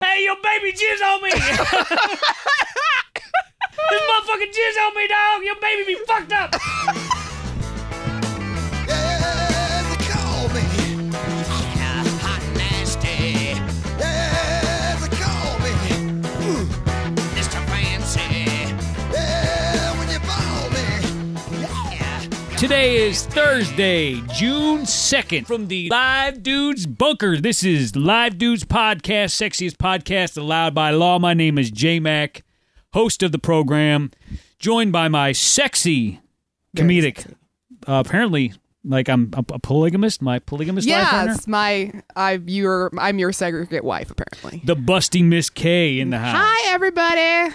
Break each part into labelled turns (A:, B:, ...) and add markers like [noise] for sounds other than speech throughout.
A: Hey, your baby jizz on
B: [laughs]
A: me. this motherfucking jizz on me, dog. Your baby be fucked up.
C: Yeah, they call me. Yeah, hot nasty. Yeah, they call me. Ooh. Mr. Fancy. Yeah, when you ball me. Yeah.
A: Today is Thursday, June 2nd, from the Live Dudes Bunker. This is Live Dudes Podcast, sexiest podcast allowed by law. My name is J Mac, host of the program, joined by my sexy
B: Very
A: comedic.
B: sexy.
A: Uh, apparently, like I'm a, a polygamist, my polygamist life partner,
B: Yes, my I your I'm your segregate wife apparently.
A: the busty Miss K in the house.
B: Hi everybody.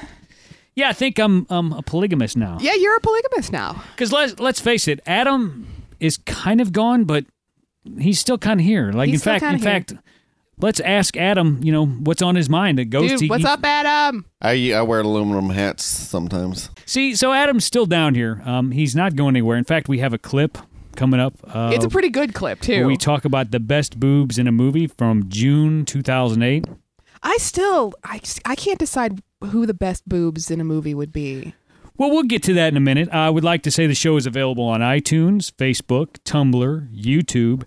A: Yeah, I think I'm I'm a polygamist now.
B: Yeah, you're a polygamist now.
A: Because let's let's face it, Adam is kind of gone, but he's still kind of here. Like
B: He's
A: in
B: still
A: fact, in
B: kinda here.
A: fact, let's ask Adam. You know what's on his mind that goes
B: Dude,
A: to
B: what's
A: he-
B: up, Adam?
D: I I wear aluminum hats sometimes.
A: See, so Adam's still down here. Um, he's not going anywhere. In fact, we have a clip coming up. Uh,
B: it's a pretty good clip
A: where
B: too.
A: we talk about the best boobs in a movie from June 2008.
B: I still I I can't decide who the best boobs in a movie would be.
A: Well, we'll get to that in a minute. I would like to say the show is available on iTunes, Facebook, Tumblr, YouTube,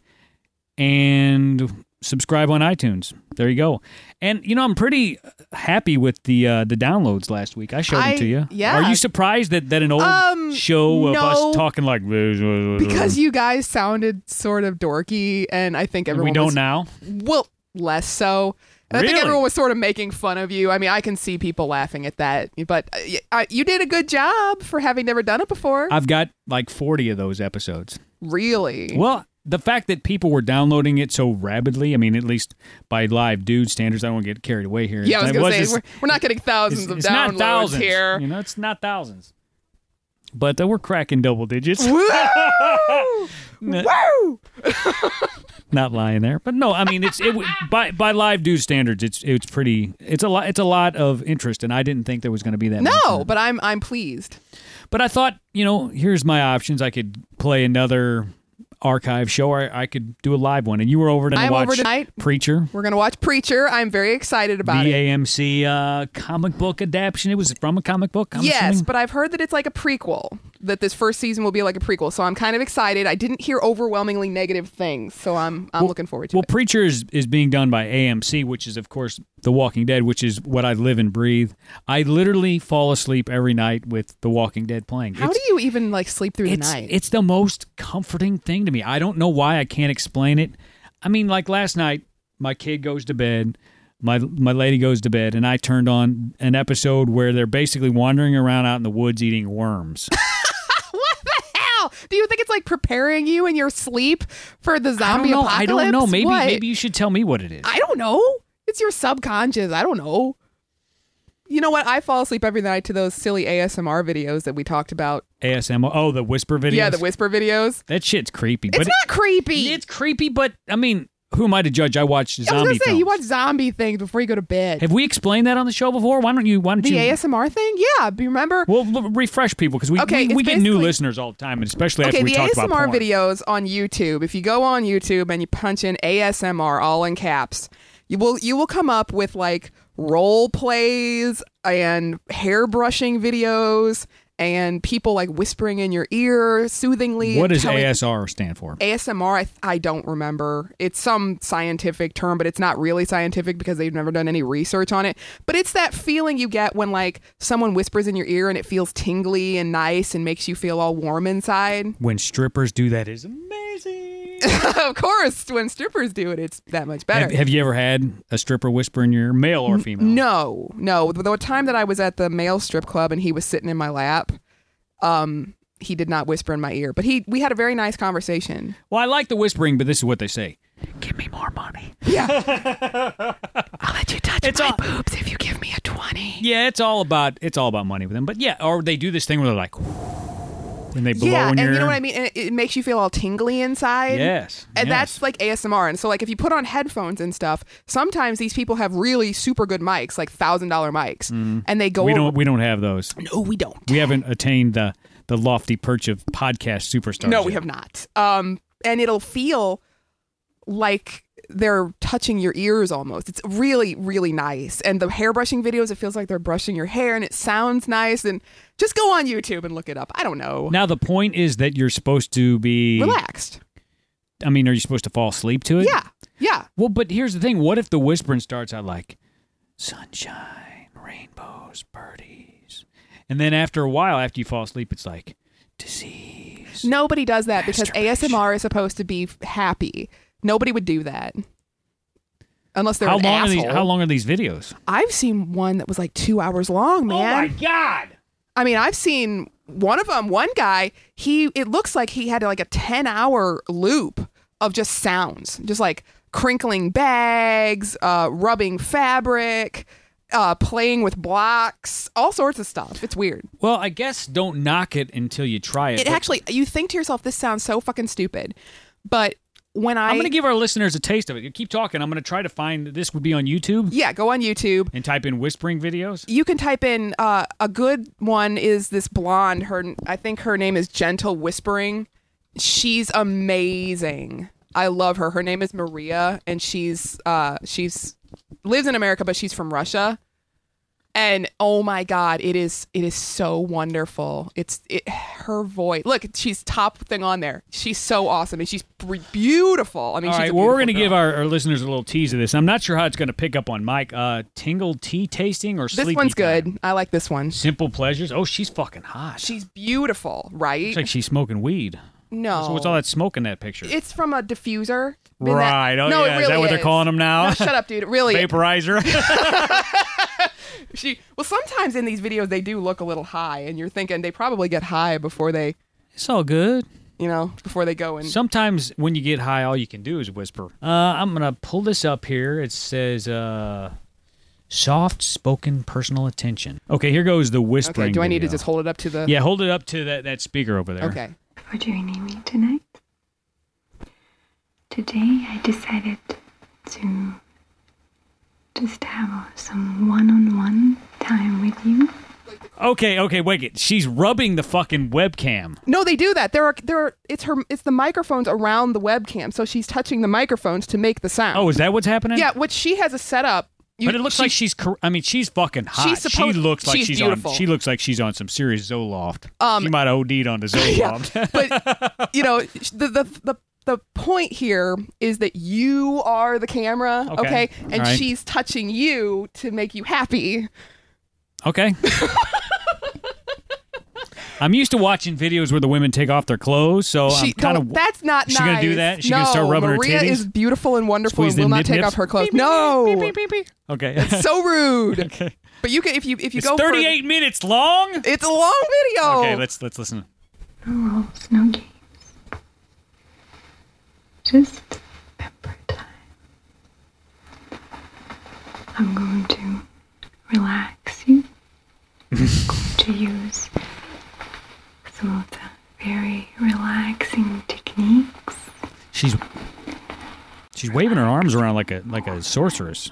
A: and subscribe on iTunes. There you go. And you know, I'm pretty happy with the uh, the downloads last week. I showed
B: I-
A: them to you.
B: yeah.
A: Are you surprised that that an old
B: Um,
A: show of
B: no.
A: us talking like uh, Mm.
B: Because you guys sounded sort of dorky and I think everyone
A: we don't
B: was, [laughs]
A: now?
B: well less so. And I
A: Really?
B: think everyone was sort of making fun of you. I mean, I can see people laughing at that, but uh, y- I, you did a good job for having never done it before.
A: I've got like 40 of those episodes.
B: really?
A: Well, the fact that people were downloading it so rapidly, I mean, at least by live dude standards, I won't get carried away here.
B: Yeah, I was
A: It
B: gonna say
A: just-
B: we're, we're not getting thousands of downloads
A: not thousands.
B: here.
A: You know, it's not thousands. But uh, we're cracking double digits.
B: Woo! Woo!
A: [laughs] not lying there, but no, I mean it's it by by live dude standards, it's it's pretty. It's a lot. It's a lot of interest, and I didn't think there was going to be that. much in
B: No,
A: it.
B: but I'm I'm pleased.
A: but I thought you know here's my options. I could play another archive show, or I could do a live one. And you were over to
B: I'm
A: watch
B: over tonight.
A: Preacher.
B: We're gonna watch Preacher. I'm very excited
A: The
B: about it.
A: AMC uh, comic book adaptation. It was from a comic book. I'm
B: yes,
A: assuming?
B: but I've heard that it's like a prequel. That this first season will be like a prequel, so I'm kind of excited. I didn't hear overwhelmingly negative things, so I'm I'm looking forward to
A: Well,
B: it.
A: Preacher is, is being done by AMC, which is, of course, The Walking Dead, which is what I live and breathe. I literally fall asleep every night with The Walking Dead playing.
B: How
A: it's,
B: do you even like sleep through the
A: it's,
B: night?
A: it's the most comforting thing to me. I don't know why. I can't explain it. I mean, like last night, my kid goes to bed, my my lady goes to bed, and I turned on an episode where they're basically wandering around out in the woods eating worms.
B: [laughs] what the hell? Do you think it's like preparing you in your sleep for the
A: I don't
B: [laughs] zombie
A: know. I
B: apocalypse?
A: don't know. Maybe
B: What?
A: maybe you should tell me what it is.
B: I don't know. It's your subconscious. I don't know. You know what? I fall asleep every night to those silly ASMR videos that we talked about.
A: ASMR. Oh, the whisper videos.
B: Yeah, the whisper videos.
A: that shit's creepy.
B: It's
A: but
B: not creepy.
A: It's creepy, but I mean, who am I to judge? I watch zombie
B: I was gonna say
A: films.
B: you watch zombie things before you go to bed.
A: Have we explained that on the show before? Why don't you? Why don't
B: the
A: you?
B: ASMR thing? Yeah. but you Remember?
A: Well, l- refresh people because we
B: Okay,
A: we, we
B: it's
A: get new
B: basically-
A: listeners all the time, and especially
B: Okay,
A: after we
B: the
A: talked
B: ASMR
A: about porn.
B: videos on YouTube. If you go on YouTube and you punch in ASMR all in caps, you will you will come up with like role plays and hair brushing videos and people like whispering in your ear soothingly.
A: What
B: and
A: does
B: telling-
A: ASR stand for?
B: ASMR, I, th- I don't remember. It's some scientific term, but it's not really scientific because they've never done any research on it. But it's that feeling you get when, like, someone whispers in your ear and it feels tingly and nice and makes you feel all warm inside.
A: When strippers do that is amazing.
B: [laughs] of course, when strippers do it, it's that much better.
A: have, have you ever had a stripper whisper in your ear, male or female?
B: No, no. The the time that I was at the male strip club and he was sitting in my lap, um, he did not whisper in my ear, but he we had a very nice conversation.
A: Well, I like the whispering, but this is what they say.
B: Give me more money. Yeah. I'll let you touch
A: It's
B: my
A: all-
B: boobs if you give me a 20.
A: Yeah, it's all about it's all about money with them. But yeah, or they do this thing where they're like, [laughs] and they blow
B: yeah,
A: in
B: and
A: your
B: you
A: ear.
B: know what I mean? And it, it makes you feel all tingly inside.
A: Yes,
B: And
A: yes.
B: that's like ASMR. And so like if you put on headphones and stuff, sometimes these people have really super good mics, like $1000 mics, and they go
A: Mm. we
B: over-
A: don't we don't have those.
B: No, we don't.
A: We haven't attained the the lofty perch of Oh, podcast superstars.
B: No, we
A: yet.
B: have not. Um, and it'll feel like they're touching your ears almost. It's really, really nice. And the hairbrushing videos, it feels like they're brushing your hair and it sounds nice. And just go on YouTube and look it up. I don't know.
A: Now the point is that you're supposed to be.
B: Relaxed.
A: I mean, are you supposed to fall asleep to it?
B: Yeah. Yeah.
A: Well, but here's the thing: what if the whispering starts out like sunshine, rainbows, birdies, and then after a while, after you fall asleep, it's like disease.
B: Nobody does that because
A: Masturbation.
B: ASMR is supposed to be f- happy. Nobody would do that. Unless they're
A: how
B: an
A: long are
B: asshole.
A: these? How long are these videos?
B: I've seen one that was like two hours
A: Oh,
B: long, man.
A: god!
B: I mean, I've seen one of them. One guy, he it looks like he had like a ten hour loop of just sounds, just like crinkling bags, uh, rubbing fabric, uh, playing with blocks, all sorts of stuff. It's weird.
A: Well, I guess don't knock it until you try it.
B: It
A: but
B: actually, you think to yourself, this sounds so fucking stupid, but when I
A: I'm going to give our listeners a taste of it. You keep talking. I'm going to try to find this would be on YouTube
B: yeah, go on YouTube.
A: and type in whispering videos.
B: you can type in uh, a good one is this blonde her i think her name is gentle whispering she's amazing i love her her name is maria and she's uh, she's lives in america but she's from russia and oh my god it is it is so wonderful it's it, her voice look she's top thing on there she's so awesome and she's br- beautiful i mean
A: All
B: she's
A: right,
B: a
A: well, we're going to
B: beautiful
A: give
B: girl.
A: our, our listeners a little tease of this. I'm not sure how it's going to pick up on Mike. Uh, tingle tea tasting or
B: this
A: sleepy
B: one's
A: time?
B: good i like this one
A: Simple pleasures. Oh, she's fucking hot.
B: she's beautiful right
A: Looks like she's smoking weed.
B: no
A: So what's all that smoke in that picture?
B: Oh. It's from a diffuser. I mean, that-
A: right. oh, yeah.
B: no, it really
A: is that what they're calling them now?
B: No, shut up, dude.
A: [laughs]
B: It really. [laughs]
A: Vaporizer.
B: She, well, sometimes in these videos they do look a little high, and you're thinking they probably get high before they,
A: it's all good.
B: you know, before they go and.
A: Sometimes when you get high, all you can do is whisper. Uh, I'm gonna pull this up here. It says uh, soft spoken personal attention. Okay, here goes the whispering.
B: okay. Do I need to
A: video.
B: just hold it up to the?
A: Yeah, hold it up to that, that speaker over there.
B: Okay.
E: for joining me tonight. Today I decided to just have some one on one time with you.
A: Okay, okay, wait it. She's rubbing the fucking webcam.
B: No, they do that. There are there. Are, it's her. It's the microphones around the webcam, so she's touching the microphones to make the sound.
A: Oh, is that what's happening?
B: yeah. Which she has a setup. You,
A: But it looks
B: she-
A: like she's. cor- I mean, she's fucking hot.
B: She's supposed-
A: she looks like
B: she's
A: she's,
B: beautiful.
A: on. She looks like she's on some serious Zoloft.
B: Um,
A: she might have OD'd
B: [laughs]
A: on the Zoloft. [laughs]
B: but you know sh- the the the the point here is that you are the camera, okay?
A: Okay.
B: And
A: All right.
B: she's touching you to make you happy.
A: okay. [laughs] I'm used to watching videos where the women take off their clothes, so I'm
B: She
A: kind
B: don't-
A: of.
B: that's not
A: she
B: nice.
A: gonna do that? She
B: no,
A: gonna start rubbing her
B: Maria
A: titties?
B: is beautiful and wonderful
A: Squeeze
B: and will
A: them
B: not
A: nip
B: take
A: nips?
B: off her clothes. no,
A: Okay. [laughs]
B: so rude.
A: okay.
B: But you can if you if you
A: It's
B: go
A: 38 minutes long.
B: For, it's a long video.
A: Okay, let's let's listen.
E: No rules, no games. Just pepper time. I'm going to relax you. I'm going to use some of the very relaxing techniques.
A: She's she's waving her arms around like a like a sorceress.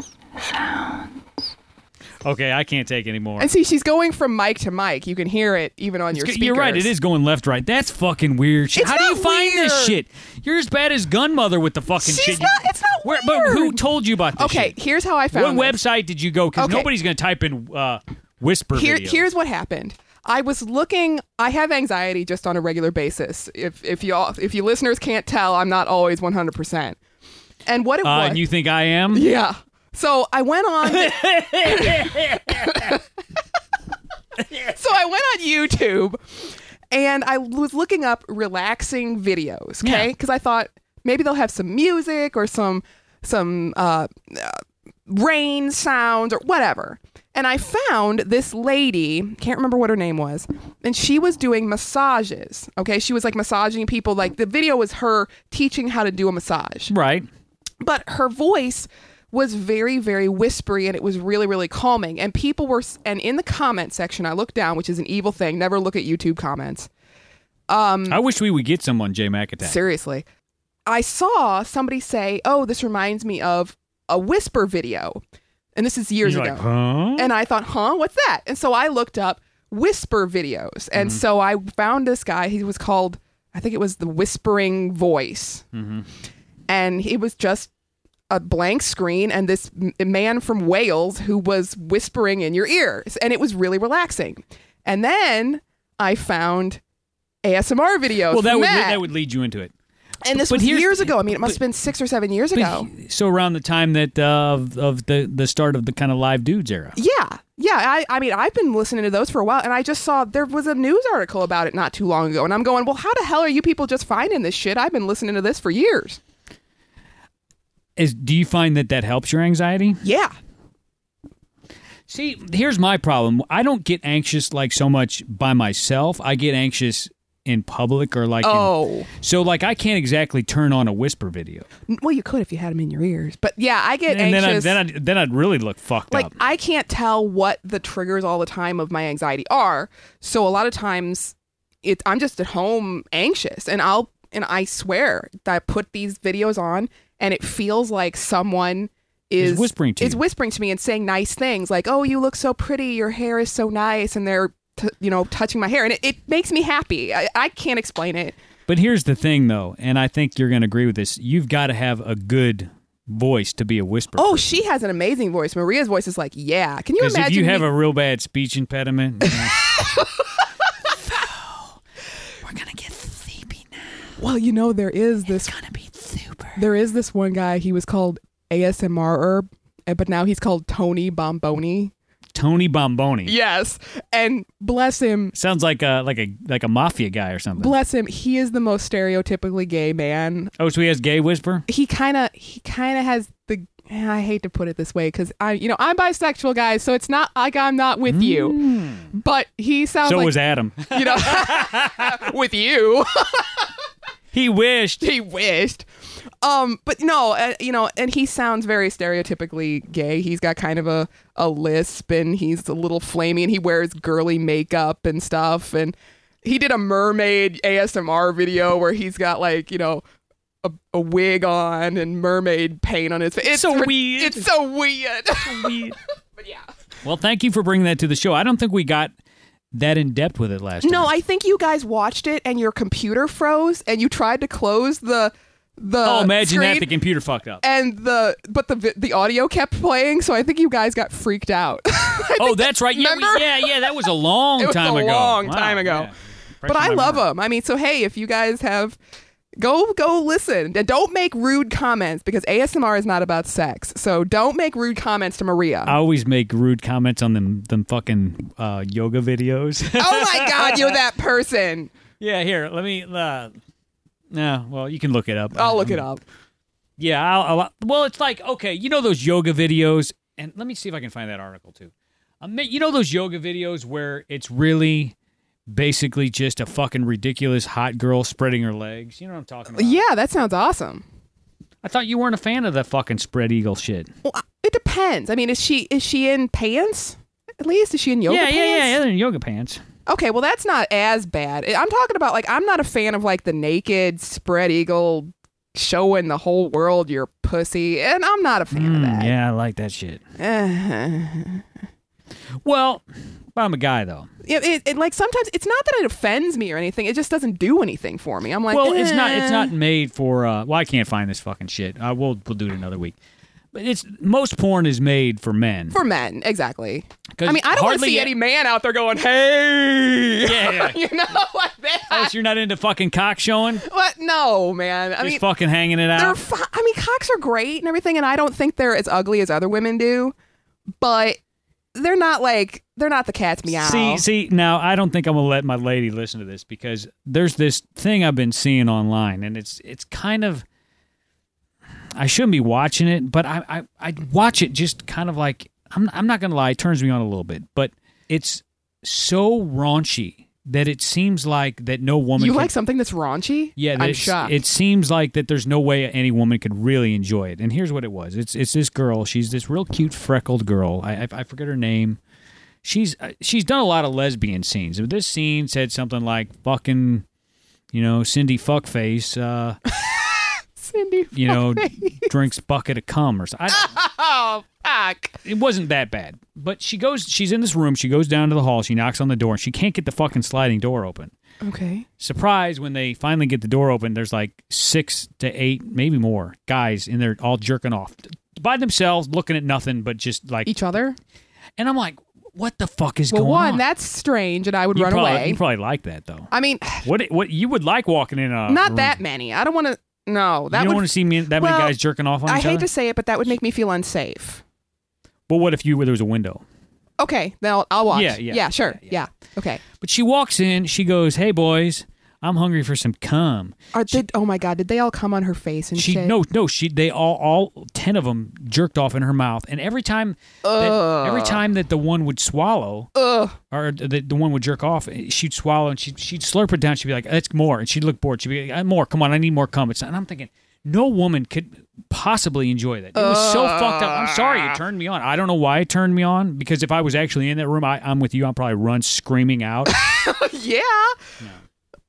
A: Okay, I can't take anymore.
B: And see, she's going from mic to mic. You can hear it even on your
A: It's
B: speakers.
A: good- You're right. It is going left, right. That's fucking weird. shit.
B: It's
A: How do you
B: not
A: find this
B: weird.
A: shit? You're as bad as Gunmother with the fucking
B: She's
A: shit. You-
B: not- it's not
A: Where- But who
B: weird.
A: told you about this?
B: Okay,
A: shit?
B: here's how I found.
A: what
B: this.
A: website did you go? Because
B: Okay.
A: nobody's gonna type in uh, whisper.
B: Here,
A: videos.
B: here's what happened. I was looking. I have anxiety just on a regular basis. If if you all if you listeners can't tell, I'm not always 100. percent And what it
A: Uh,
B: was?
A: and you think I am?
B: yeah. So I went on. so I went on YouTube, and I was looking up relaxing videos. Okay,
A: Yeah.
B: because I thought maybe they'll have some music or some some uh, uh, rain sounds or whatever. And I found this lady, can't remember what her name was, and she was doing massages. Okay, she was like massaging people. Like the video was her teaching how to do a massage
A: Right.
B: but her voice was very very whispery and it was really really calming and people were and in the comment section i looked down which is an evil thing never look at youtube comments
A: I wish we would get someone Jay McAtack.
B: Mm. seriously i saw somebody say oh this reminds me of a whisper video and this is years
A: He's
B: ago
A: like, huh?
B: and I thought, huh, what's that? And so I looked up whisper videos. And
A: Mm-hmm.
B: so I found this guy. He was called,
A: Mm-hmm.
B: I think it was the Whispering Voice. And he was just a blank screen and this m- man from Wales who was whispering in your ears, and it was really relaxing. And then I found ASMR videos.
A: Well, that
B: from
A: would
B: Matt.
A: that would lead you into it.
B: and this
A: but
B: was
A: here's-
B: years ago. I mean, it must have been six or seven years
A: But
B: ago.
A: he- so around the time that uh, of, of the the start of the kind of live dudes era.
B: Yeah. Yeah. I, I mean, I've been listening to those for a while, and I just saw there was a news article about it not too long ago. And I'm going, well, how the hell are you people just finding this shit? I've been listening to this for years.
A: Is do you find that that helps your anxiety?
B: Yeah.
A: See, here's my problem. I don't get anxious like so much by myself. I get anxious in public or like in-
B: Oh.
A: so like I can't exactly turn on a whisper video.
B: Well, you could if you had them in your ears. But yeah, I get
A: and
B: anxious.
A: then I, then I then I'd really look fucked
B: like
A: up.
B: I can't tell what the triggers all the time of my anxiety are. So a lot of times it I'm just at home anxious and I'll and I swear that I put these videos on and it feels like someone
A: Is
B: is,
A: whispering to
B: is
A: you.
B: whispering to me and saying nice things like, "Oh, you look so pretty. Your hair is so nice." And they're t- you know, touching my hair and it, it makes me happy. I, I can't explain it.
A: But here's the thing though, and I think you're going to agree with this. You've got to have a good voice to be a whisperer.
B: Oh, she has an amazing voice. Maria's voice is like, yeah. Can you
A: Because
B: imagine?
A: if you have
B: me-
A: a real bad speech impediment,
B: [laughs]
A: you know,
B: Well, you know there is this. There is this one guy. He was called ASMR Herb, eh, but now he's called Tony Bomboni.
A: Tony Bomboni.
B: Yes, and bless him,
A: Sounds like a like a like a mafia guy or something.
B: bless him. He is the most stereotypically gay man.
A: oh, so he has gay whisper.
B: He kind of he kind of has the. eh, I hate to put it this way because I you know I'm bisexual guys, so it's not like I'm not with you, but he sounds
A: Mm. So
B: like
A: was
B: [laughs]
A: Adam. [laughs]
B: you know with you.
A: he wished.
B: he wished. Um, but no, uh, you know, and he sounds very stereotypically gay. He's got kind of a, a lisp and he's a little flamey and he wears girly makeup and stuff. And he did a mermaid ASMR video where he's got like, you know, a, a wig on and mermaid paint on his face. It's
A: So
B: ri-
A: weird.
B: It's so weird. [laughs]
A: but yeah. Well, thank you for bringing that to the show. I don't think we got that in depth with it last
B: no,
A: time.
B: I think you guys watched it and your computer froze and you tried to close the the
A: oh, imagine
B: screen.
A: that the computer fucked
B: [laughs]
A: up.
B: and the but the vi- the audio kept playing, so I think you guys got freaked out. [laughs]
A: Oh, that's right. Yeah, we-
B: remember?
A: yeah, yeah. That was a long
B: [laughs] It was
A: time
B: a
A: ago.
B: long
A: Wow,
B: time ago.
A: yeah.
B: but I
A: Impression
B: love
A: memory.
B: them. I mean, so hey, if you guys have go go listen and don't make rude comments because ASMR is not about sex. So don't make rude comments to Maria.
A: I always make rude comments on them them fucking uh, yoga videos.
B: [laughs]
A: [laughs]
B: oh my god, you're that person.
A: yeah, here, let me. Uh, no, well, you can look it up.
B: I'll
A: I-
B: look
A: I'm-
B: it up.
A: Yeah, I'll, I'll, well, it's like okay, you know those yoga videos, and let me see if I can find that article too. Um, you know those yoga videos where it's really basically just a fucking ridiculous hot girl spreading her legs. You know what I'm talking about?
B: Yeah, that sounds awesome.
A: I thought you weren't a fan of that fucking spread eagle shit.
B: Well, I- it depends. I mean, is she is she in pants? At least is she in yoga
A: yeah,
B: pants?
A: yeah, yeah, yeah, they're in yoga pants.
B: Okay, well that's not as bad. I- I'm talking about like I'm not a fan of like the naked spread eagle showing the whole world your pussy, and I'm not a fan
A: Mm,
B: of that. [sighs]
A: yeah, I like that shit.
B: Eh.
A: Well, I'm a guy though.
B: It, it, it, like sometimes it's not that it offends me or anything. It just doesn't do anything for me. I'm like,
A: well, it's not.
B: eh.
A: It's not made for. Uh, well, I can't find this fucking shit. I will. We'll do it another week. But it's most porn is made for men.
B: for men exactly.
A: 'Cause
B: I mean, I don't want to
A: hardly
B: see
A: a-
B: any man out there going, "Hey,"
A: Yeah, yeah.
B: [laughs] you know, like that.
A: Oh, so you're not into fucking cock showing? Just
B: What? No, man. I mean,
A: fucking hanging it
B: they're
A: out.
B: fi- I mean, cocks are great and everything, and I don't think they're as ugly as other women do, but they're not like they're not the cat's meow.
A: See, see, now I don't think I'm gonna let my lady listen to this because there's this thing I've been seeing online, and it's it's kind of I shouldn't be watching it, but I I, I watch it just kind of like I'm I'm not gonna lie, it turns me on a little bit, but it's so raunchy that it seems like that no woman
B: you
A: can-
B: like something that's raunchy?
A: Yeah, that
B: I'm
A: it's-
B: shocked.
A: It seems like that there's no way any woman could really enjoy it. And here's what it was: it's it's this girl. She's this real cute freckled girl. I I, I forget her name. She's uh, she's done a lot of lesbian scenes. But This scene said something like "fucking," you know, Cindy fuckface. Uh,
B: Cindy. [laughs]
A: you know, drinks bucket of cum or something. I don't-
B: Oh, Fuck.
A: it wasn't that bad. But she goes, she's in this room. She goes down to the hall. She knocks on the door, and she can't get the fucking sliding door open.
B: Okay.
A: Surprise! When they finally get the door open, there's like six to eight, maybe more guys in there, all jerking off by themselves, looking at nothing, but just like.
B: Each other.
A: And I'm like, what the fuck is
B: Well,
A: going
B: one,
A: on?
B: that's strange, and I would
A: you
B: run
A: probably,
B: away.
A: You probably like that though.
B: I mean,
A: What what you would like walking in a
B: not
A: room.
B: that many. I don't want to. No,
A: uh, you
B: that
A: don't
B: would.
A: want to see me, that
B: Well,
A: many guys jerking off on
B: I
A: each
B: hate
A: other.
B: to say it, but that would make me feel unsafe.
A: But what if you there was a window?
B: Okay, then I'll, I'll watch.
A: Yeah, yeah,
B: sure, yeah, Okay.
A: But she walks in. She goes, "Hey boys, I'm hungry for some cum."
B: Are, did, oh my god, did they all come on her face and
A: She
B: shit?
A: no no she they all all ten of them jerked off in her mouth, and every time that, every time that the one would swallow
B: Ugh.
A: or the, the one would jerk off, she'd swallow and she would she'd slurp it down. She'd be like, "That's more," and she'd look bored. She'd be like, "Uh, "More, come on, I need more cum." It's, and I'm thinking. No woman could possibly enjoy that. It was so fucked up. I'm sorry it turned me on. I don't know why it turned me on because if I was actually in that room, I, I'm with you. I'd probably run screaming out.
B: yeah.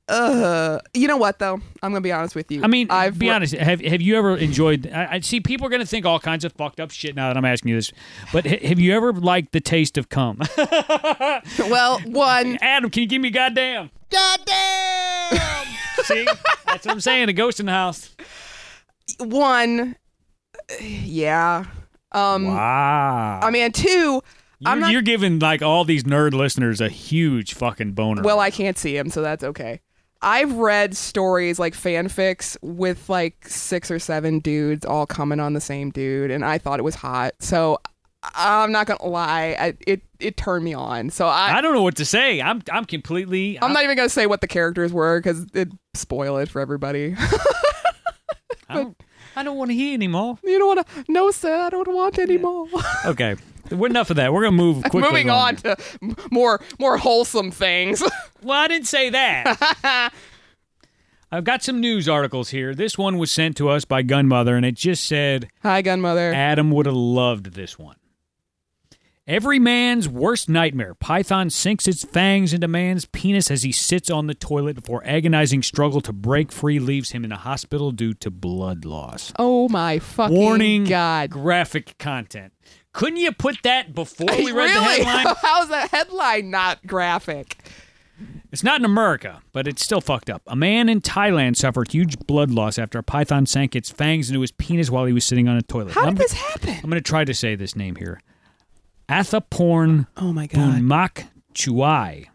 B: Uh, you know what though? I'm gonna be honest with you.
A: I mean,
B: I've
A: be
B: re-
A: honest. Have have you ever enjoyed? I, I see people are going to think all kinds of fucked up shit now that I'm asking you this. But ha- have you ever liked the taste of cum?
B: [laughs]
A: [laughs]
B: Well, one,
A: Adam, can you give me a goddamn? Goddamn. see, that's what I'm saying. A ghost in the house.
B: one, yeah. Um,
A: Wow.
B: I mean, two.
A: you're,
B: I'm not.
A: you're giving like all these nerd listeners a huge fucking boner.
B: Well, I can't see him, so that's okay. I've read stories like fanfics with like six or seven dudes all coming on the same dude, and I thought it was hot. So I- I'm not gonna lie, I, it it turned me on. So I,
A: I don't know what to say. I'm I'm completely.
B: I am not even gonna say what the characters were because it'd spoil it for everybody. [laughs]
A: I don't, I don't want to hear anymore.
B: you don't want to. No, sir, I don't want any more.
A: Okay. We're enough of that. We're gonna move quickly.
B: [laughs] Moving
A: along.
B: on to m- more more wholesome things.
A: Well, I didn't say that. I've got some news articles here. This one was sent to us by Gunmother, and it just said
B: [laughs] Hi, gunmother.
A: Adam would have loved this one. Every man's worst nightmare. Python sinks its fangs into man's penis as he sits on the toilet before agonizing struggle to break free leaves him in the hospital due to blood loss.
B: oh my fucking
A: Warning
B: god!
A: graphic content. Couldn't you put that
B: [laughs]
A: before we read the
B: really?
A: headline?
B: [laughs] How's that headline not graphic?
A: It's not in America, but it's still fucked up. A man in Thailand suffered huge blood loss after a python sank its fangs into his penis while he was sitting on a toilet.
B: How
A: I'm,
B: did this happen?
A: I'm going to try to say this name here. Athaporn
B: Oh my god.
A: Bunmak Chuai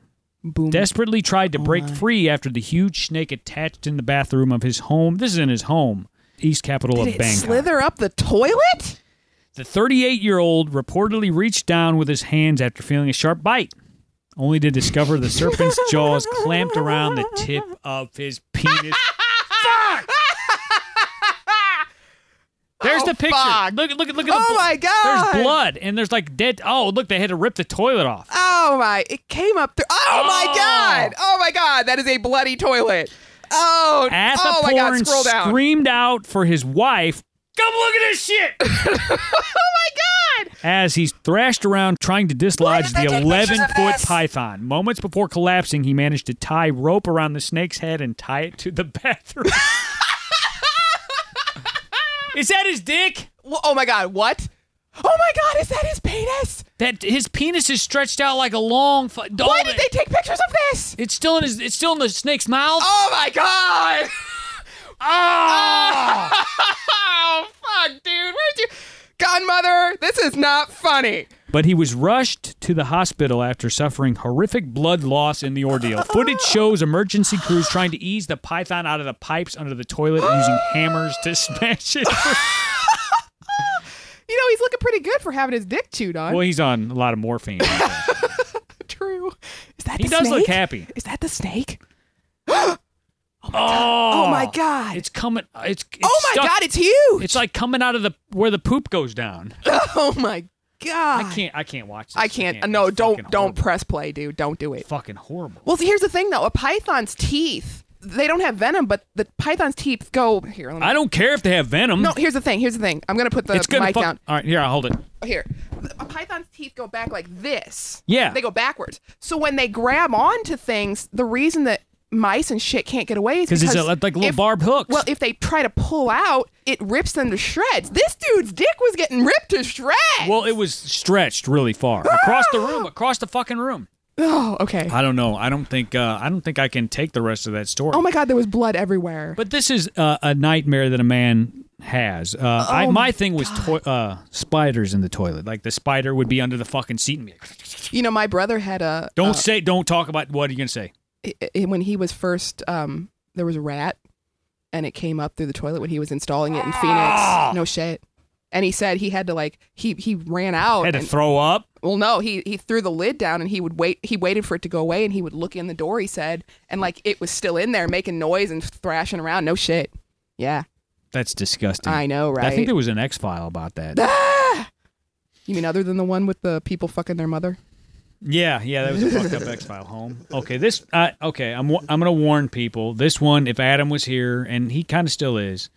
B: Boom.
A: desperately tried to
B: Oh
A: break free after the huge snake attached in the bathroom of his home. This is in his home, east capital
B: Did
A: of
B: it
A: Bangkok.
B: slither up the toilet?
A: The 38 year old reportedly reached down with his hands after feeling a sharp bite, only to discover the
B: [laughs]
A: serpent's jaws clamped around the tip of his penis. Fuck! There's
B: Oh,
A: the picture.
B: fuck.
A: Look! Look! Look at the.
B: Oh,
A: bl-
B: my God.
A: There's blood, and there's like dead. Oh, look! They had to rip the toilet off.
B: Oh my! It came up through. Oh, my
A: Oh.
B: god! Oh my god! That is a bloody toilet. Oh!
A: At
B: oh my god! Scroll down.
A: screamed out for his wife. Come look at this shit!
B: oh my god!
A: as he's thrashed around trying to dislodge
B: Why
A: the
B: did they take pictures
A: 11
B: of
A: foot
B: this?
A: python. Moments before collapsing, he managed to tie rope around the snake's head and tie it to the [laughs]
B: [laughs]
A: bathroom. Is that his dick?
B: Wh- Oh my god! What? Oh my god! Is that his penis?
A: That his penis is stretched out like a long. Fu-
B: Why did they take pictures of this?
A: It's still in his. It's still in the snake's mouth.
B: Oh my god!
A: [laughs] Ah!
B: Oh fuck, dude! Where'd you? Godmother, this is not funny.
A: But he was rushed to the hospital after suffering horrific blood loss in the
B: [laughs]
A: ordeal. Footage shows emergency crews trying to ease the python out of the pipes under the toilet using hammers to [laughs] smash it.
B: You know he's looking pretty good for having his dick chewed on.
A: well, he's on a lot of morphine.
B: True. Is that
A: He
B: the
A: does
B: snake?
A: look happy.
B: Is that the snake?
A: [laughs] oh,
B: Oh my god!
A: It's coming. uh, It's, it's
B: oh my
A: stuck-
B: god! It's huge!
A: It's like coming out of the where the poop goes down.
B: oh my god!
A: I can't. I can't watch. This.
B: I can't.
A: It's
B: no, don't
A: fucking
B: don't
A: horrible.
B: press play, dude. Don't do it.
A: Fucking horrible.
B: Well, see, here's the thing though. A python's teeth, they don't have venom, but the python's teeth go here. Let me,
A: I don't care if they have venom.
B: no, here's the thing. Here's the thing. I'm gonna put the
A: it's good.
B: mic
A: Fuck-
B: down
A: All right, here I'll hold it.
B: here. A python's teeth go back like this.
A: Yeah.
B: They go backwards. So when they grab onto things, the reason that mice and shit can't get away is
A: because
B: because
A: it's a, like little
B: if-
A: barbed hooks.
B: Well, if they try to pull out, it rips them to shreds. This dude's dick was getting ripped to shreds.
A: well, it was stretched really far across the room,
B: Ah!
A: across the fucking room.
B: [sighs] oh, okay.
A: I don't know. I don't think. Uh, I don't think I can take the rest of that story.
B: Oh my god, there was blood everywhere.
A: But this is uh, a nightmare that a man has. Uh,
B: Oh
A: I, my thing was toi- uh, spiders in the toilet. Like the spider would be under the fucking seat and be like,
B: you know, my brother had a
A: "Don't
B: uh,
A: say, don't talk about what are you gonna say."
B: i- i- when he was first um there was a rat and it came up through the toilet when he was installing it in
A: Ah!
B: Phoenix. No shit. And he said he had to like he he ran out
A: had to
B: and-
A: throw up.
B: well no, he he threw the lid down and he would wait he waited for it to go away and he would look in the door he said and like it was still in there making noise and thrashing around. No shit. Yeah.
A: That's disgusting.
B: I know, right?
A: I think there was an X file about that.
B: you mean other than the one with the people fucking their mother?
A: yeah, yeah, that was a fucked
B: [laughs]
A: up X file home. Okay, this. Uh, okay, I'm. wa- I'm gonna warn people. This one, if Adam was here, and he kind of still is,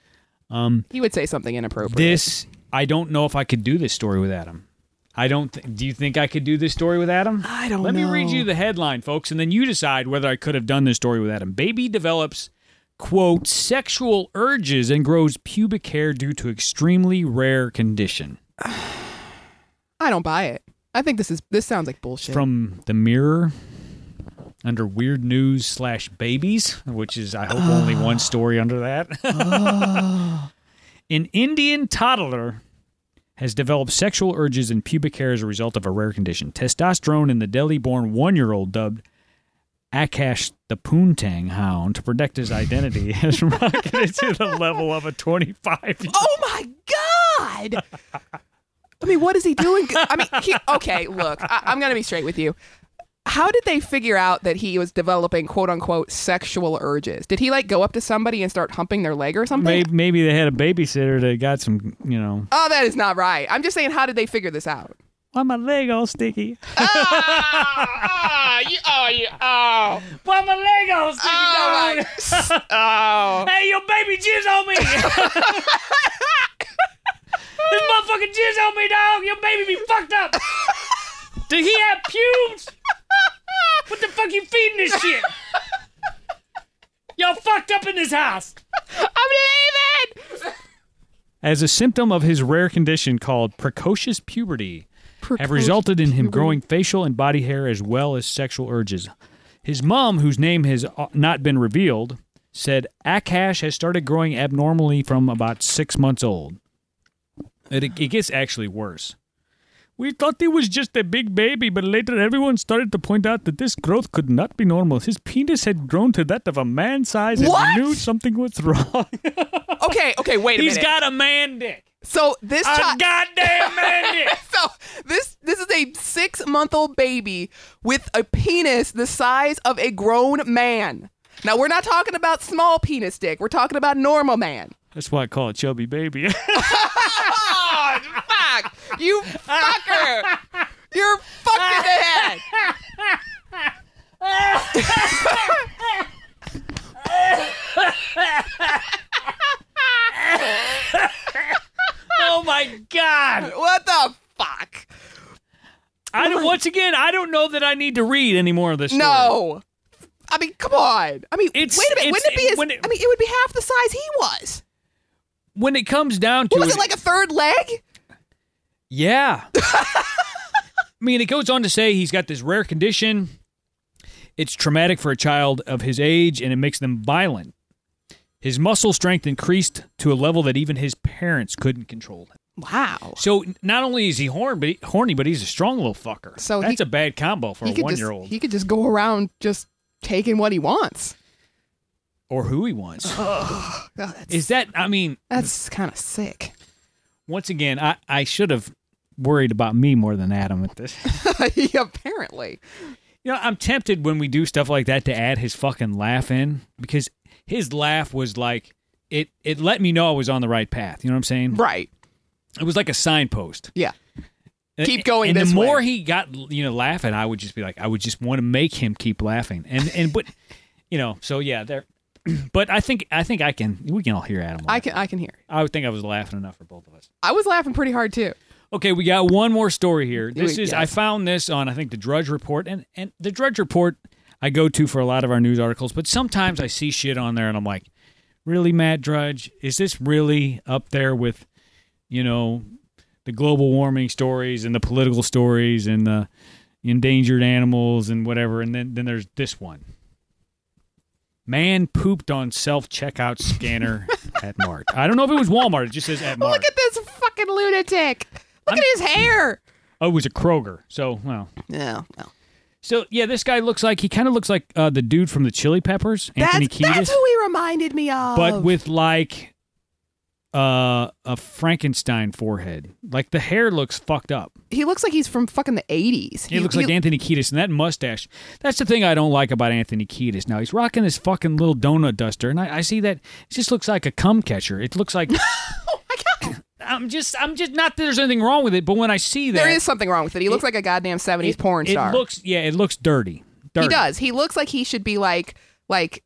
B: He would say something inappropriate.
A: this. I don't know if I could do this story with Adam. I don't. Th- do you think I could do this story with Adam?
B: I don't
A: Let me read
B: know.
A: you the headline, folks, and then you decide whether I could have done this story with Adam. Baby develops, quote, sexual urges and grows pubic hair due to extremely rare condition.
B: I don't buy it. I think this is this sounds like bullshit.
A: From the Mirror under Weird News slash Babies, which is, I hope, only one story under that. [laughs] An Indian toddler has developed sexual urges and pubic hair as a result of a rare condition. Testosterone in the Delhi born one year old dubbed Akash the Poontang Hound to protect his identity [laughs] has rocketed to the level of a 25 year old.
B: Oh my god! I mean, what is he doing? I mean, he, okay, look, I, I'm gonna be straight with you. How did they figure out that he was developing "quote unquote" sexual urges? Did he like go up to somebody and start humping their leg or something?
A: Maybe, maybe they had a babysitter that got some, you know,
B: Oh, that is not right. I'm just saying, how did they figure this out?
A: why my leg all sticky?
B: Ah, you, oh, you, oh,
A: Why my leg all sticky?
B: oh, my, oh.
A: [laughs] Hey, your baby jizz on me. this motherfucking jizz on me, dog. Your baby be fucked up. Did he have pubes? What the fuck you feeding this shit? Y'all fucked up in this house.
B: I'm leaving.
A: As a symptom of his rare condition called precocious puberty, have resulted in him growing facial and body hair as well as sexual urges. His mom, whose name has uh, not been revealed, said Akash has started growing abnormally from about six months old. It, it gets actually worse. We thought he was just a big baby, but later everyone started to point out that this growth could not be normal. His penis had grown to that of a man size, and
B: What?
A: we knew something was [laughs] wrong.
B: Okay, okay, wait a
A: He's
B: minute.
A: got a man dick.
B: so this
A: A
B: child.
A: goddamn man dick.
B: So this this is a six month old baby with a penis the size of a grown man. Now we're not talking about small penis dick. We're talking about normal man.
A: That's why I call it chubby baby. [laughs]
B: Oh fuck! You fucker! You're fucking the head.
A: oh my god!
B: What the fuck?
A: I don't, once again, I don't know that I need to read any more of this. Story.
B: No. I mean, come on. I mean,
A: It's-
B: wait a minute.
A: it's-
B: Wouldn't it be? His,
A: when it-
B: I mean, it would be half the size he was.
A: When it comes down to
B: What was it like a third leg? [laughs]
A: Yeah. I mean, it goes on to say he's got this rare condition. It's traumatic for a child of his age and it makes them violent. His muscle strength increased to a level that even his parents couldn't control.
B: Wow.
A: So not only is he horn, but horny, but he's a strong little fucker.
B: So he-
A: that's a bad combo for a
B: he could just
A: one-year-old
B: he could just go around just taking what he wants.
A: or who he
B: [laughs]
A: wants.
B: Oh, that's
A: Is that? I mean,
B: that's kind of
A: [laughs]
B: sick.
A: once again, I, I should have worried about me more than Adam at this.
B: Apparently,
A: You know, I'm tempted when we do stuff like that to add his fucking laugh in because his laugh was like it it let me know I was on the right path. You know what I'm saying?
B: right?
A: It was like a signpost.
B: Yeah,
A: And-
B: Keep going
A: And
B: this
A: the more
B: way.
A: he got you know laughing, I would just be like, I would just want to make him keep laughing. And and but [laughs] you know, so yeah, there. [clears throat] But I think I think I can. We can all hear Adam.
B: I
A: laugh.
B: can I can hear.
A: I would think I was laughing enough for both of us.
B: I was laughing pretty hard too.
A: Okay, we got one more story here. This
B: Wait,
A: is
B: yes.
A: I found this on I think the Drudge Report and and the Drudge Report I go to for a lot of our news articles, but sometimes I see shit on there and I'm like, really, Matt Drudge? Is this really up there with, you know, the global warming stories and the political stories and the endangered animals and whatever? And then, then there's this one Man pooped on self checkout
B: [laughs]
A: scanner at Mart. I don't know if it was Walmart. It just says at Mart.
B: Look at this fucking lunatic. Look
A: I'm-
B: at his hair.
A: oh, it was a Kroger. So, well.
B: No, no.
A: So yeah, this guy looks like he kind of looks like uh, the dude from the Chili Peppers, Anthony
B: That's,
A: Kiedis,
B: that's who he reminded me of.
A: but with like uh, a Frankenstein forehead. Like the hair looks fucked up.
B: he looks like he's from fucking the 80s.
A: He, looks like Anthony Kiedis, and that mustache. That's the thing I don't like about Anthony Kiedis. Now he's rocking this fucking little donut duster, and I, I see that it just looks like a cum catcher. It looks like
B: [laughs] Oh my God.
A: [coughs] I'm just I'm just not that there's anything wrong with it, but when I see that
B: There is something wrong with it. He looks like a goddamn 70s
A: it,
B: porn
A: it
B: star.
A: looks yeah, it looks dirty. dirty.
B: He does. He looks like he should be like like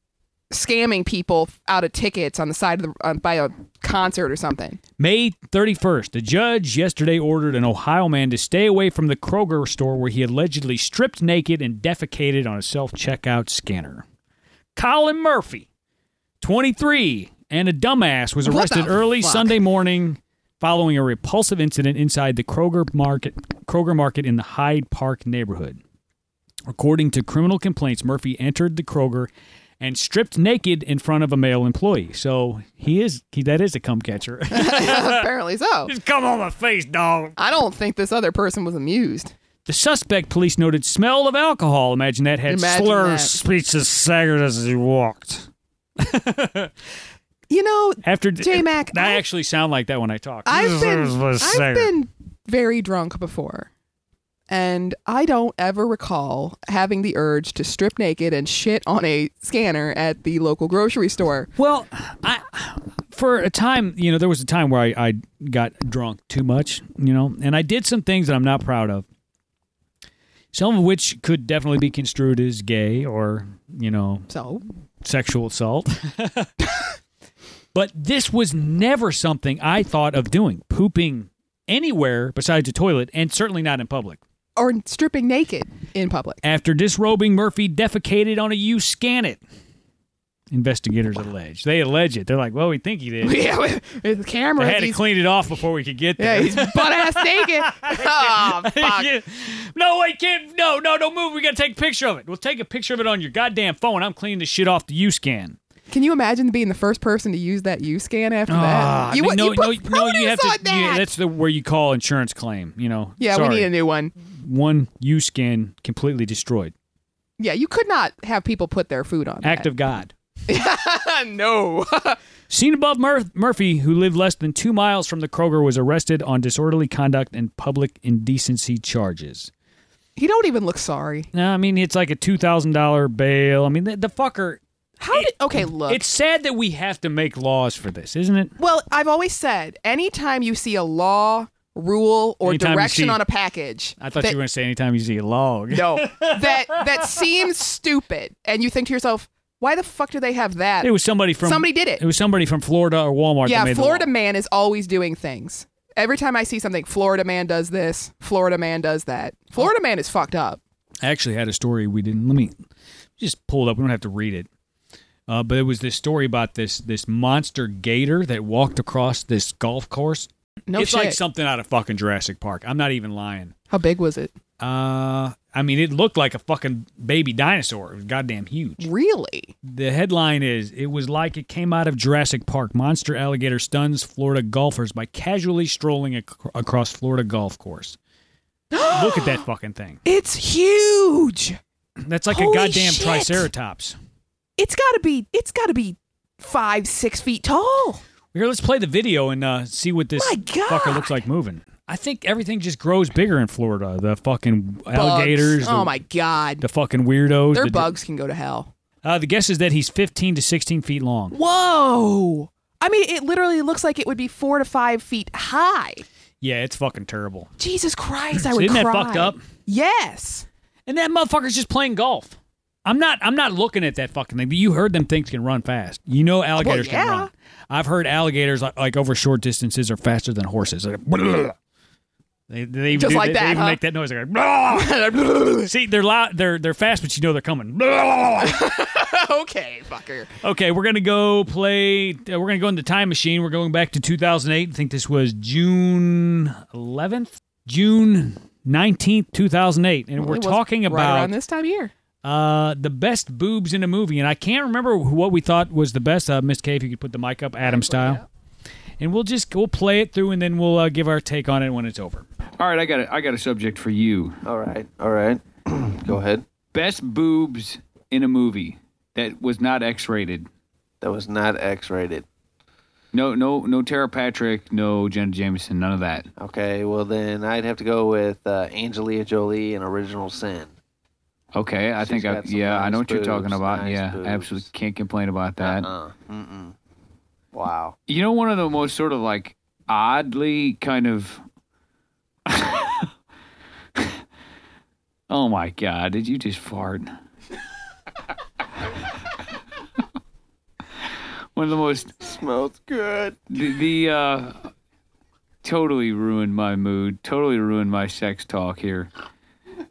B: scamming people out of tickets on the side of the uh, by a concert or something.
A: May 31st, the judge yesterday ordered an Ohio man to stay away from the Kroger store where he allegedly stripped naked and defecated on a self checkout scanner. Colin Murphy, 23, and a dumbass, was
B: What
A: arrested
B: the
A: early
B: fuck?
A: Sunday morning following a repulsive incident inside the Kroger market, Kroger market in the Hyde Park neighborhood. According to criminal complaints, Murphy entered the Kroger and stripped naked in front of a male employee. So he is he, that is a cum catcher. [laughs] Uh,
B: Apparently so.
A: Just come on my face, dog.
B: I don't think this other person was amused.
A: The suspect, police noted, smelled of alcohol. Imagine that had
B: Imagine
A: slurs,
B: that.
A: speeches, staggered as he walked.
B: You know,
A: After
B: J Mac,
A: I
B: I-
A: actually sound like that when I talk.
B: I've been I've
A: Staggered.
B: been very drunk before. And I don't ever recall having the urge to strip naked and shit on a scanner at the local grocery store.
A: Well, I for a time, you know, there was a time where I, I got drunk too much, you know, and I did some things that I'm not proud of. Some of which could definitely be construed as gay or, you know,
B: So
A: sexual assault. but this was never something I thought of doing, pooping anywhere besides a toilet, and certainly not in public.
B: or stripping naked in public. [laughs]
A: After disrobing, Murphy defecated on a U scan it. Investigators allege. They allege it. They're like, well, we think he
B: [laughs]
A: did.
B: Yeah, with, with the camera.
A: I had to
B: he's-
A: clean it off before we could get
B: yeah,
A: there. [laughs]
B: he's butt ass [laughs] naked. oh fuck!
A: Yeah. No, wait, kid. No, no, don't move. We got to take a picture of it. We'll take a picture of it on your goddamn phone. I'm cleaning this shit off the U scan.
B: Can you imagine being the first person to use that U scan after
A: Ah,
B: that? You,
A: I mean,
B: would-
A: no,
B: you put
A: no, no,
B: produce
A: you have to.
B: on that.
A: yeah, that's the where you call insurance claim. You know.
B: yeah,
A: Sorry.
B: we need a new one.
A: one U scan completely destroyed.
B: Yeah, you could not have people put their food on.
A: Act of God.
B: that. [laughs] no.
A: Seen above, Mur- Murphy, who lived less than two miles from the Kroger, was arrested on disorderly conduct and public indecency charges.
B: he don't even look sorry.
A: Now, I mean, it's like a two thousand dollar bail. I mean, the, the fucker.
B: How did? Okay, look.
A: It's sad that we have to make laws for this, isn't it?
B: well, I've always said, anytime you see a law, rule, or
A: Anytime you
B: direction
A: see-
B: on a package,
A: I thought
B: that-
A: you were going to say anytime you see a log.
B: [laughs] no that that seems stupid, and you think to yourself, why the fuck do they have that?
A: It was somebody from
B: Somebody did it.
A: It was somebody from Florida or Walmart. that
B: Yeah,
A: made the
B: Florida
A: law.
B: man is always doing things. Every time I see something, Florida man does this, Florida man does that. Florida man is fucked up.
A: I actually had a story we didn't. Let me just pull it up. We don't have to read it. Uh, but it was this story about this this monster gator that walked across this golf course.
B: No
A: it's
B: shit.
A: like something out of fucking Jurassic Park. I'm not even lying.
B: How big was it?
A: Uh, I mean, it looked like a fucking baby dinosaur. It was goddamn huge.
B: Really?
A: The headline is: It was like it came out of Jurassic Park. Monster alligator stuns Florida golfers by casually strolling ac- across Florida golf course. [gasps] Look at that fucking thing.
B: It's huge.
A: That's like a
B: Holy
A: goddamn
B: shit.
A: triceratops.
B: It's gotta be. It's gotta be five, six feet tall.
A: Here, let's play the video and uh, see what this
B: My God.
A: fucker looks like moving. I think everything just grows bigger in Florida. The fucking alligators.
B: Bugs.
A: The,
B: Oh my god.
A: The fucking weirdos.
B: Their
A: the,
B: bugs can go to hell.
A: Uh, the guess is that he's 15 to 16 feet long.
B: Whoa. I mean, it literally looks like it would be four to five feet high.
A: Yeah, it's fucking terrible.
B: Jesus Christ, I
A: So
B: would
A: isn't that
B: cry.
A: fucked up?
B: Yes.
A: And that motherfucker's just playing golf. I'm not. I'm not looking at that fucking thing. But you heard them things can run fast. You know alligators can
B: yeah.
A: run. I've heard alligators like, [laughs] like over short distances are faster than horses. Like, They, they even
B: Just
A: do-
B: like
A: they-
B: that,
A: They even
B: huh?
A: make that noise. They're like, "Blah!" [laughs] See, they're loud. They're they're fast, but you know they're coming. [laughs] Blah!
B: [laughs] okay, fucker.
A: Okay, we're gonna go play. uh, We're gonna go in the time machine. We're going back to 2008. I think this was June 11th, June 19th, 2008, and we're
B: It was
A: talking
B: right
A: about
B: around this time of year.
A: uh, the best boobs in a movie, and I can't remember what we thought was the best. Uh, Miss K, if you could put the mic up, Adam style, and we'll just we'll play it through, and then we'll uh, give our take on it when it's over.
F: All right, I got a, I got a subject for you.
G: All right, all right. [clears throat] Go ahead.
F: Best boobs in a movie that was not X-rated.
G: That was not X-rated.
F: No, no, no. Tara Patrick, no Jenna Jameson, none of that.
G: Okay, well then I'd have to go with uh, Angelina Jolie and Original Sin.
F: Okay, I
G: She's
F: think I,
G: got some
F: yeah, I know
G: nice
F: what you're talking
G: boobs,
F: about.
G: nice
F: yeah, I absolutely
G: boobs.
F: can't complain about that.
G: Uh, mm-mm. Wow.
F: You know, one of the most sort of like oddly kind of. [laughs] oh my god! Did you just fart? [laughs] one of the most
G: Smells good.
F: the, the uh totally ruined my mood totally ruined my sex talk here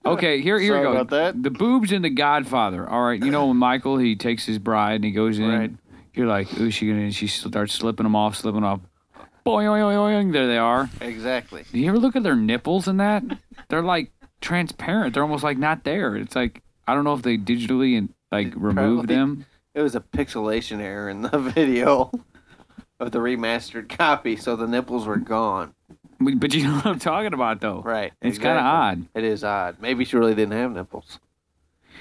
F: okay here here
G: Sorry
F: we go
G: about that.
F: the boobs in the godfather all right you know when michael he takes his bride and he goes in
G: Right.
F: you're like ooh she gonna and she starts slipping them off slipping 'em off boing, boing, boing, boing, there they are
G: Exactly.
F: do you ever look at their nipples in that they're like transparent they're almost like not there it's like i don't know if they digitally and like removed
G: probably-
F: them
G: It was a pixelation error in the [laughs] video of the remastered copy, so the nipples were gone.
F: We- but you know what i'm talking about though
G: Right.
F: it's kind of
G: exactly.
F: odd
G: It is odd. Maybe she really didn't have nipples.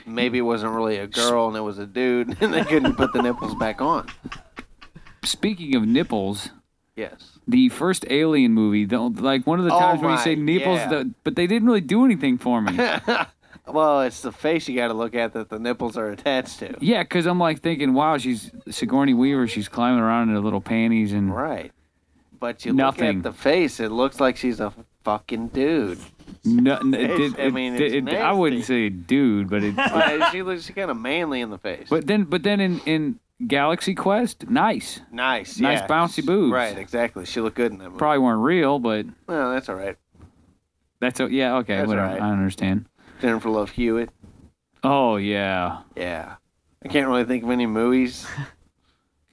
G: Maybe it wasn't really a girl and it was a dude, [laughs] and they couldn't put the nipples back on.
F: speaking of nipples
G: Yes.
F: the first Alien movie, the, like one of the
G: Oh
F: times when you
G: my,
F: say nipples,
G: yeah.
F: the, but they didn't really do anything for
G: [laughs]
F: me.
G: Well, it's the face you got to look at that the nipples are attached to.
F: yeah, because I'm like thinking, wow, she's Sigourney Weaver, she's climbing around in her little panties, and
G: Right. But you look
F: Nothing.
G: at the face, it looks like she's a
F: [laughs]
G: fucking dude.
F: nothing. It,
G: It's-
F: did-
G: I mean,
F: it-
G: it's
F: it- I wouldn't
G: nasty.
F: say dude, but
G: [laughs]
F: it.
G: Like, she looks kind of manly in the face.
F: but then, but then in in Galaxy Quest, nice,
G: nice,
F: nice
G: yeah.
F: bouncy boobs.
G: Right, exactly. She looked good in that movie.
F: probably weren't real, but
G: Well, that's all right.
F: that's a, yeah, okay,
G: That's
F: whatever.
G: alright.
F: I understand.
G: Jennifer Love Hewitt.
F: Oh yeah,
G: Yeah. I can't really think of any
F: [laughs]
G: movies.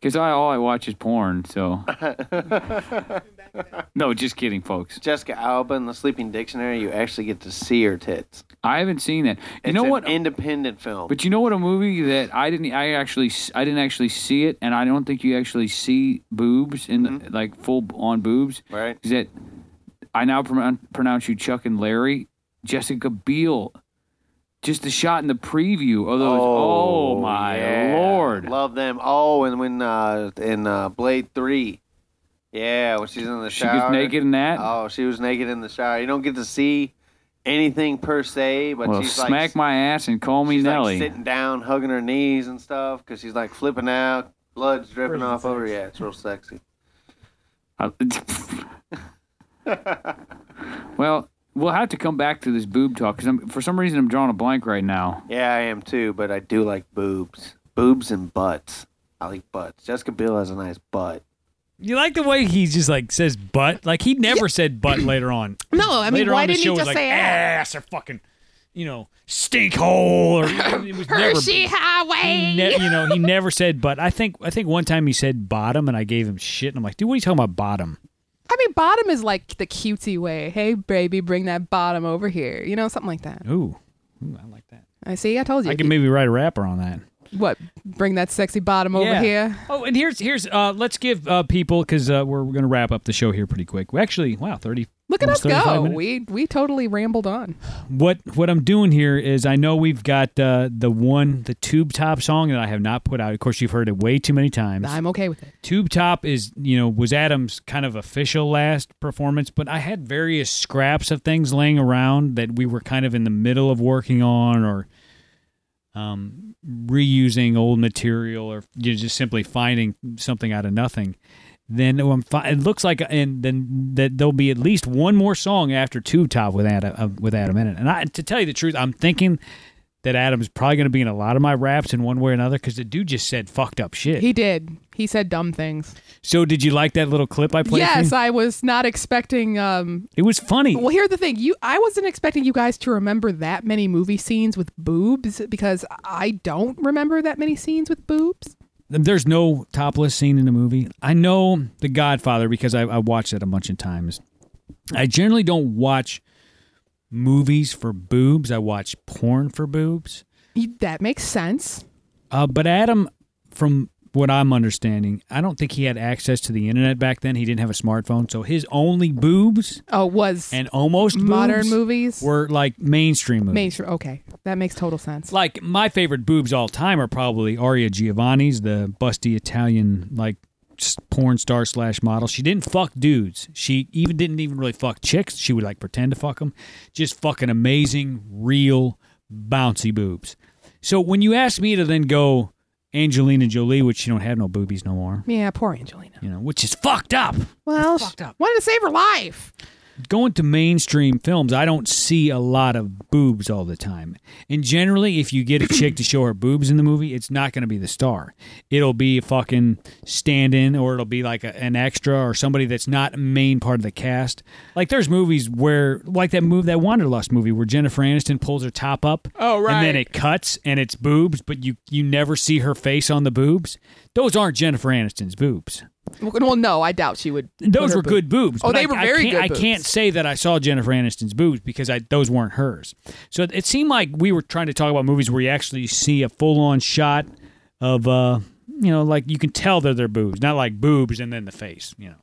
F: because I all I watch is porn,
G: [laughs]
F: so. no, just kidding, folks.
G: Jessica Alba in The Sleeping Dictionary, you actually get to see her tits.
F: I haven't seen that. You
G: It's
F: know
G: an
F: what?
G: Independent film.
F: but you know what? A movie that I didn't. I actually. I didn't actually see it, and I don't think you actually see boobs in
G: Mm-hmm.
F: the, like full on boobs.
G: right?
F: Is that I now pronoun pronounce you Chuck and Larry, Jessica Biel. Just the shot in the preview of those. Oh, my
G: yeah.
F: lord!
G: Love them. Oh, and when uh, in uh, Blade Three, yeah, when she's in the
F: She
G: shower,
F: gets naked in that.
G: Oh, she was naked in the shower. You don't get to see anything per se, but
F: well,
G: she's
F: smack
G: like
F: my ass and call me
G: she's like
F: Nelly.
G: sitting down, hugging her knees and stuff, because she's like flipping out, blood's dripping off over. Yeah, it's real sexy. [laughs]
F: I- well, we'll have to come back to this boob talk because for some reason I'm drawing a blank right now.
G: Yeah, I am too, but I do like boobs, boobs and butts. I like butts. Jessica Biel has a nice butt.
A: You like the way he just like says butt, like he never said
B: [clears throat]
A: butt later on.
B: No, I mean,
A: later
B: why
A: on the
B: didn't he
A: show
B: just
A: was like
B: say "Ah."
A: ass
B: ass?
A: or fucking, you know, stink hole or it was never.
B: Hershey Highway.
A: he ne- you know, he never said butt. I think I think one time he said bottom, and I gave him shit, and I'm like, dude, what are you talking about bottom?
B: I mean, bottom is like the cutesy way. Hey, baby, bring that bottom over here. You know, something like that.
A: Ooh, Ooh I like that.
B: I see. I told you.
A: I can maybe write a rapper on that.
B: what? Bring that sexy bottom over
A: Yeah.
B: here.
A: Oh, and here's here's uh, let's give uh, people because uh, we're, we're gonna wrap up the show here pretty quick. We actually wow thirty.
B: Look at us
A: almost 35
B: go.
A: minutes.
B: We we totally rambled on.
A: what what I'm doing here is I know we've got uh, the one the tube top song that I have not put out. Of course, you've heard it way too many times.
B: I'm okay with it.
A: Tube Top is, you know, was Adam's kind of official last performance, but I had various scraps of things laying around that we were kind of in the middle of working on or um, reusing old material or you know, just simply finding something out of nothing. Then um, fi- it looks like, and then that there'll be at least one more song after Tube Top with Adam uh, with Adam in it. And I, to tell you the truth, I'm thinking that Adam's probably going to be in a lot of my raps in one way or another because the dude just said fucked up shit.
B: He did. He said dumb things.
A: so did you like that little clip I played? for
B: yes,
A: you?
B: I was not expecting. Um,
A: it was funny.
B: well, here's the thing. You, I wasn't expecting you guys to remember that many movie scenes with boobs because I don't remember that many scenes with boobs.
A: There's no topless scene in the movie. I know The Godfather because I, I watched it a bunch of times. I generally don't watch movies for boobs. I watch porn for boobs.
B: You- That makes sense.
A: Uh, but Adam, from what I'm understanding, I don't think he had access to the internet back then. He didn't have a smartphone, so his only boobs
B: Oh, was
A: and almost
B: modern
A: boobs
B: movies.
A: were like mainstream movies.
B: Mainstream. Okay, that makes total sense.
A: Like my favorite boobs all time are probably Aria Giovanni's, the busty Italian like s- porn star slash model. She didn't fuck dudes. She even didn't even really fuck chicks. She would like pretend to fuck them. Just fucking amazing, real bouncy boobs. So when you ask me to then go Angelina Jolie, which she don't have no boobies no more,
B: Yeah, poor Angelina.
A: you know, which is fucked up.
B: Well, she
A: fucked up.
B: wanted to save her life.
A: going to mainstream films, I don't see a lot of boobs all the time. And generally, if you get a chick to show her boobs in the movie, it's not going to be the star. It'll be a fucking stand in or it'll be like a, an extra or somebody that's not a main part of the cast. Like there's movies where, like that move, that Wanderlust movie where Jennifer Aniston pulls her top up.
B: Oh,
A: And
B: right.
A: then it cuts and it's boobs, but you, you never see her face on the boobs. Those aren't Jennifer Aniston's boobs.
B: Well, no, I doubt she would. put
A: Those
B: her
A: were
B: boob-
A: good boobs.
B: Oh,
A: but
B: they
A: I-
B: were
A: I
B: very
A: can't-
B: good
A: I
B: boobs.
A: can't say that I saw Jennifer Aniston's boobs because I those weren't hers. So it seemed like we were trying to talk about movies where you actually see a full on shot of uh you know like you can tell they're their boobs, not like boobs and then the face. You know.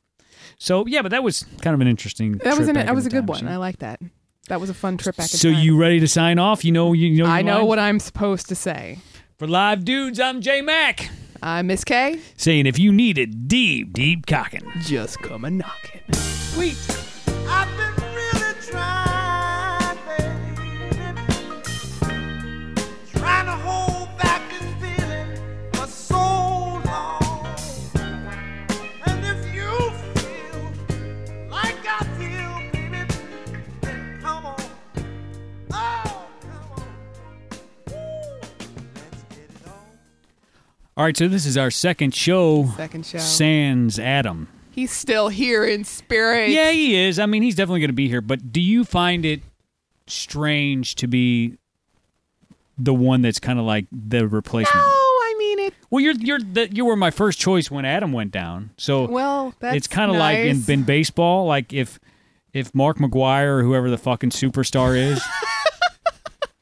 A: So yeah, but that was kind of an interesting.
B: That was
A: trip
B: an,
A: back
B: that
A: in
B: was a
A: the
B: good
A: time
B: one.
A: machine.
B: I like that. That was a fun trip back. in
A: so
B: time.
A: you ready to sign off? You know you know.
B: I
A: your
B: know
A: lines?
B: what I'm supposed to say.
A: For live dudes, I'm J Mac
B: I'm Miss K.
A: saying if you need it, deep deep cocking.
B: Just come a knockin'.
C: I've been really trying, baby. Trying to hold back this feeling for so long. And if you feel like I feel, baby, then come on. Oh, come on. Ooh, let's get it on.
A: All right, so this is our second show.
B: Second show.
A: Sans Adam.
B: He's still here in spirit.
A: Yeah, he is. I mean, he's definitely going to be here. But do you find it strange to be the one that's kind of like the
B: No,
A: replacement?
B: Oh, I mean it.
A: Well, you're you're the, you were my first choice when Adam went down. So
B: Well, that's
A: it's kind of like in,
B: nice.
A: in baseball, like if if Mark McGuire or whoever the fucking superstar
B: [laughs]
A: is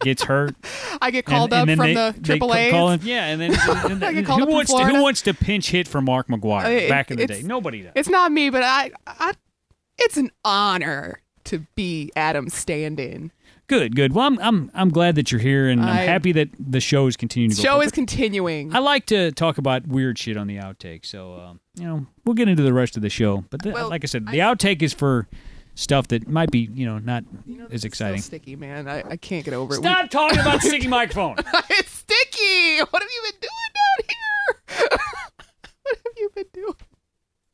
A: gets hurt,
B: I get called up from the triple
A: ca-
B: A's.
A: call him- yeah, and then, and
B: I [laughs]
A: then
B: get called
A: who
B: up from
A: wants to, who
B: Florida.
A: wants to pinch hit for Mark McGuire
B: Uh, it-
A: back in the day?
B: it's-
A: Nobody does.
B: It's not me, but I, I. It's an honor to be Adam's stand-in.
A: Good, good. Well, I'm I'm I'm glad that you're here, and I,
B: I-
A: am happy that the show is continuing. To go
B: Show
A: forward.
B: is continuing.
A: I like to talk about weird shit on the outtake, so um, you know we'll get into the rest of the show. But the,
B: Well,
A: like I said, the outtake is for stuff that might be you know not as exciting.
B: It's so sticky, man. I, I can't get over it. [laughs]
A: Stop talking about the sticky microphone.
B: We- it's sticky. What have you been doing? [laughs]